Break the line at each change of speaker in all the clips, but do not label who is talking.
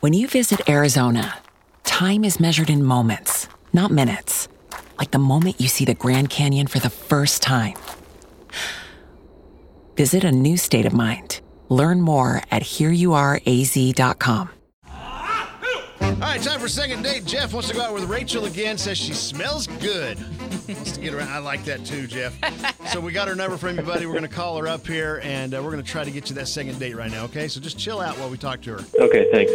When you visit Arizona, time is measured in moments, not minutes. Like the moment you see the Grand Canyon for the first time. Visit a new state of mind. Learn more at hereyouareaz.com.
All right, time for second date. Jeff wants to go out with Rachel again. Says she smells good. wants to get around. I like that too, Jeff. So we got her number from you, buddy. We're gonna call her up here, and uh, we're gonna try to get you that second date right now. Okay? So just chill out while we talk to her.
Okay, thanks.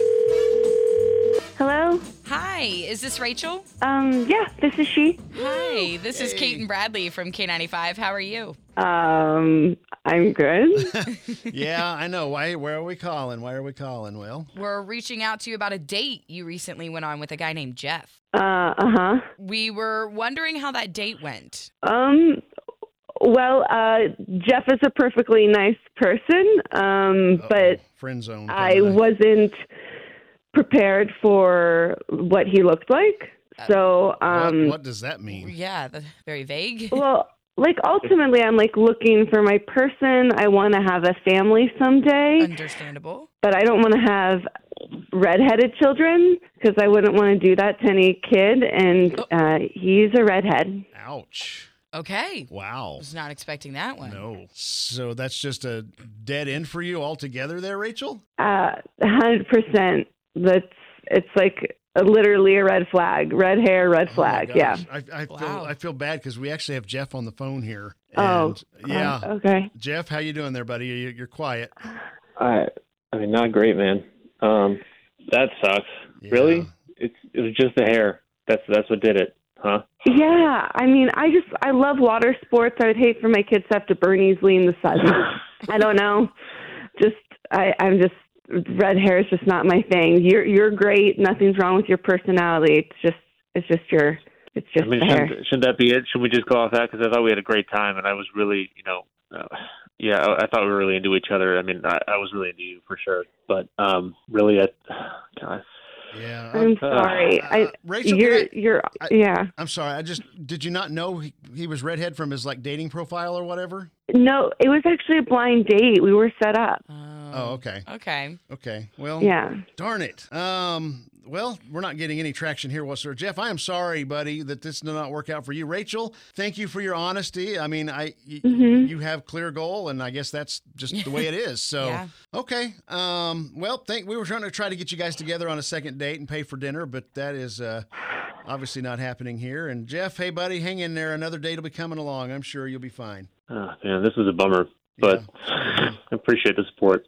Hello.
Hi, is this Rachel?
Um. Yeah. This is she.
Hi, this is Kate and Bradley from K95. How are you?
Um. I'm good.
yeah, I know. Why? Where are we calling? Why are we calling? Well,
We're reaching out to you about a date you recently went on with a guy named Jeff.
Uh. Uh
We were wondering how that date went.
huh. Um. Well, uh, Jeff is a perfectly nice person, um,
Oh,
but
uh-oh, friend zone.
I wasn't prepared for what he looked like. So,
Uh, What,
um,
what does that mean?
Yeah, the, very vague.
well, like ultimately, I'm like looking for my person. I want to have a family someday.
Understandable.
but I don't want to have redheaded children because I wouldn't want to do that to any kid. And
Oh.
uh, he's a redhead.
Ouch!
Okay.
Wow.
Was not expecting that one.
No. So that's just a dead end for you altogether, there, Rachel.
Uh, 100%. That's it's like literally a red flag. Red hair, red
Oh my
flag.
gosh.
yeah.
I, I feel
Wow.
I feel bad because we actually have Jeff on the phone here.
Oh,
and- yeah.
Uh, okay.
Jeff, how you doing there, buddy? You, you're quiet.
I I mean, not great, man. Um, that sucks. Really? It's it was just the hair. That's that's what did it, huh?
Yeah. I mean, I just, I love water sports. I would hate for my kids to have to burn easily in the sun. I don't know. Just, I, I'm just, red hair is just not my thing. You're, you're great. Nothing's wrong with your personality. It's just, it's just your, it's just
I mean,
the hair.
shouldn't, shouldn't that be it? Should we just go off that? Because I thought we had a great time, and I was really, you know, uh, yeah, I, I thought we were really into each other. I mean, I, I was really into you for sure, but um, really, I, God,
Yeah.
I'm
I'm,
sorry.
uh,
I,
Rachel,
you're,
can I-
you're,
I-
yeah.
I'm sorry. I just did you not know he, he was redhead from his like dating profile or whatever?
No, it was actually a blind date. We were set up.
Oh, okay.
Um, Okay.
Okay. Well,
Yeah.
darn it. Um, well, we're not getting any traction here whatsoever. Jeff, I am sorry, buddy, that this did not work out for you. Rachel, thank you for your honesty. I mean, I y-
Mhm.
you have clear goal, and I guess that's just the way it is. So,
Yeah.
okay. Um, well, thank. We were trying to try to get you guys together on a second date and pay for dinner, but that is uh, obviously not happening here. And Jeff, hey, buddy, hang in there. Another date will be coming along. I'm sure you'll be fine.
oh, man, this is a bummer. But I appreciate the support.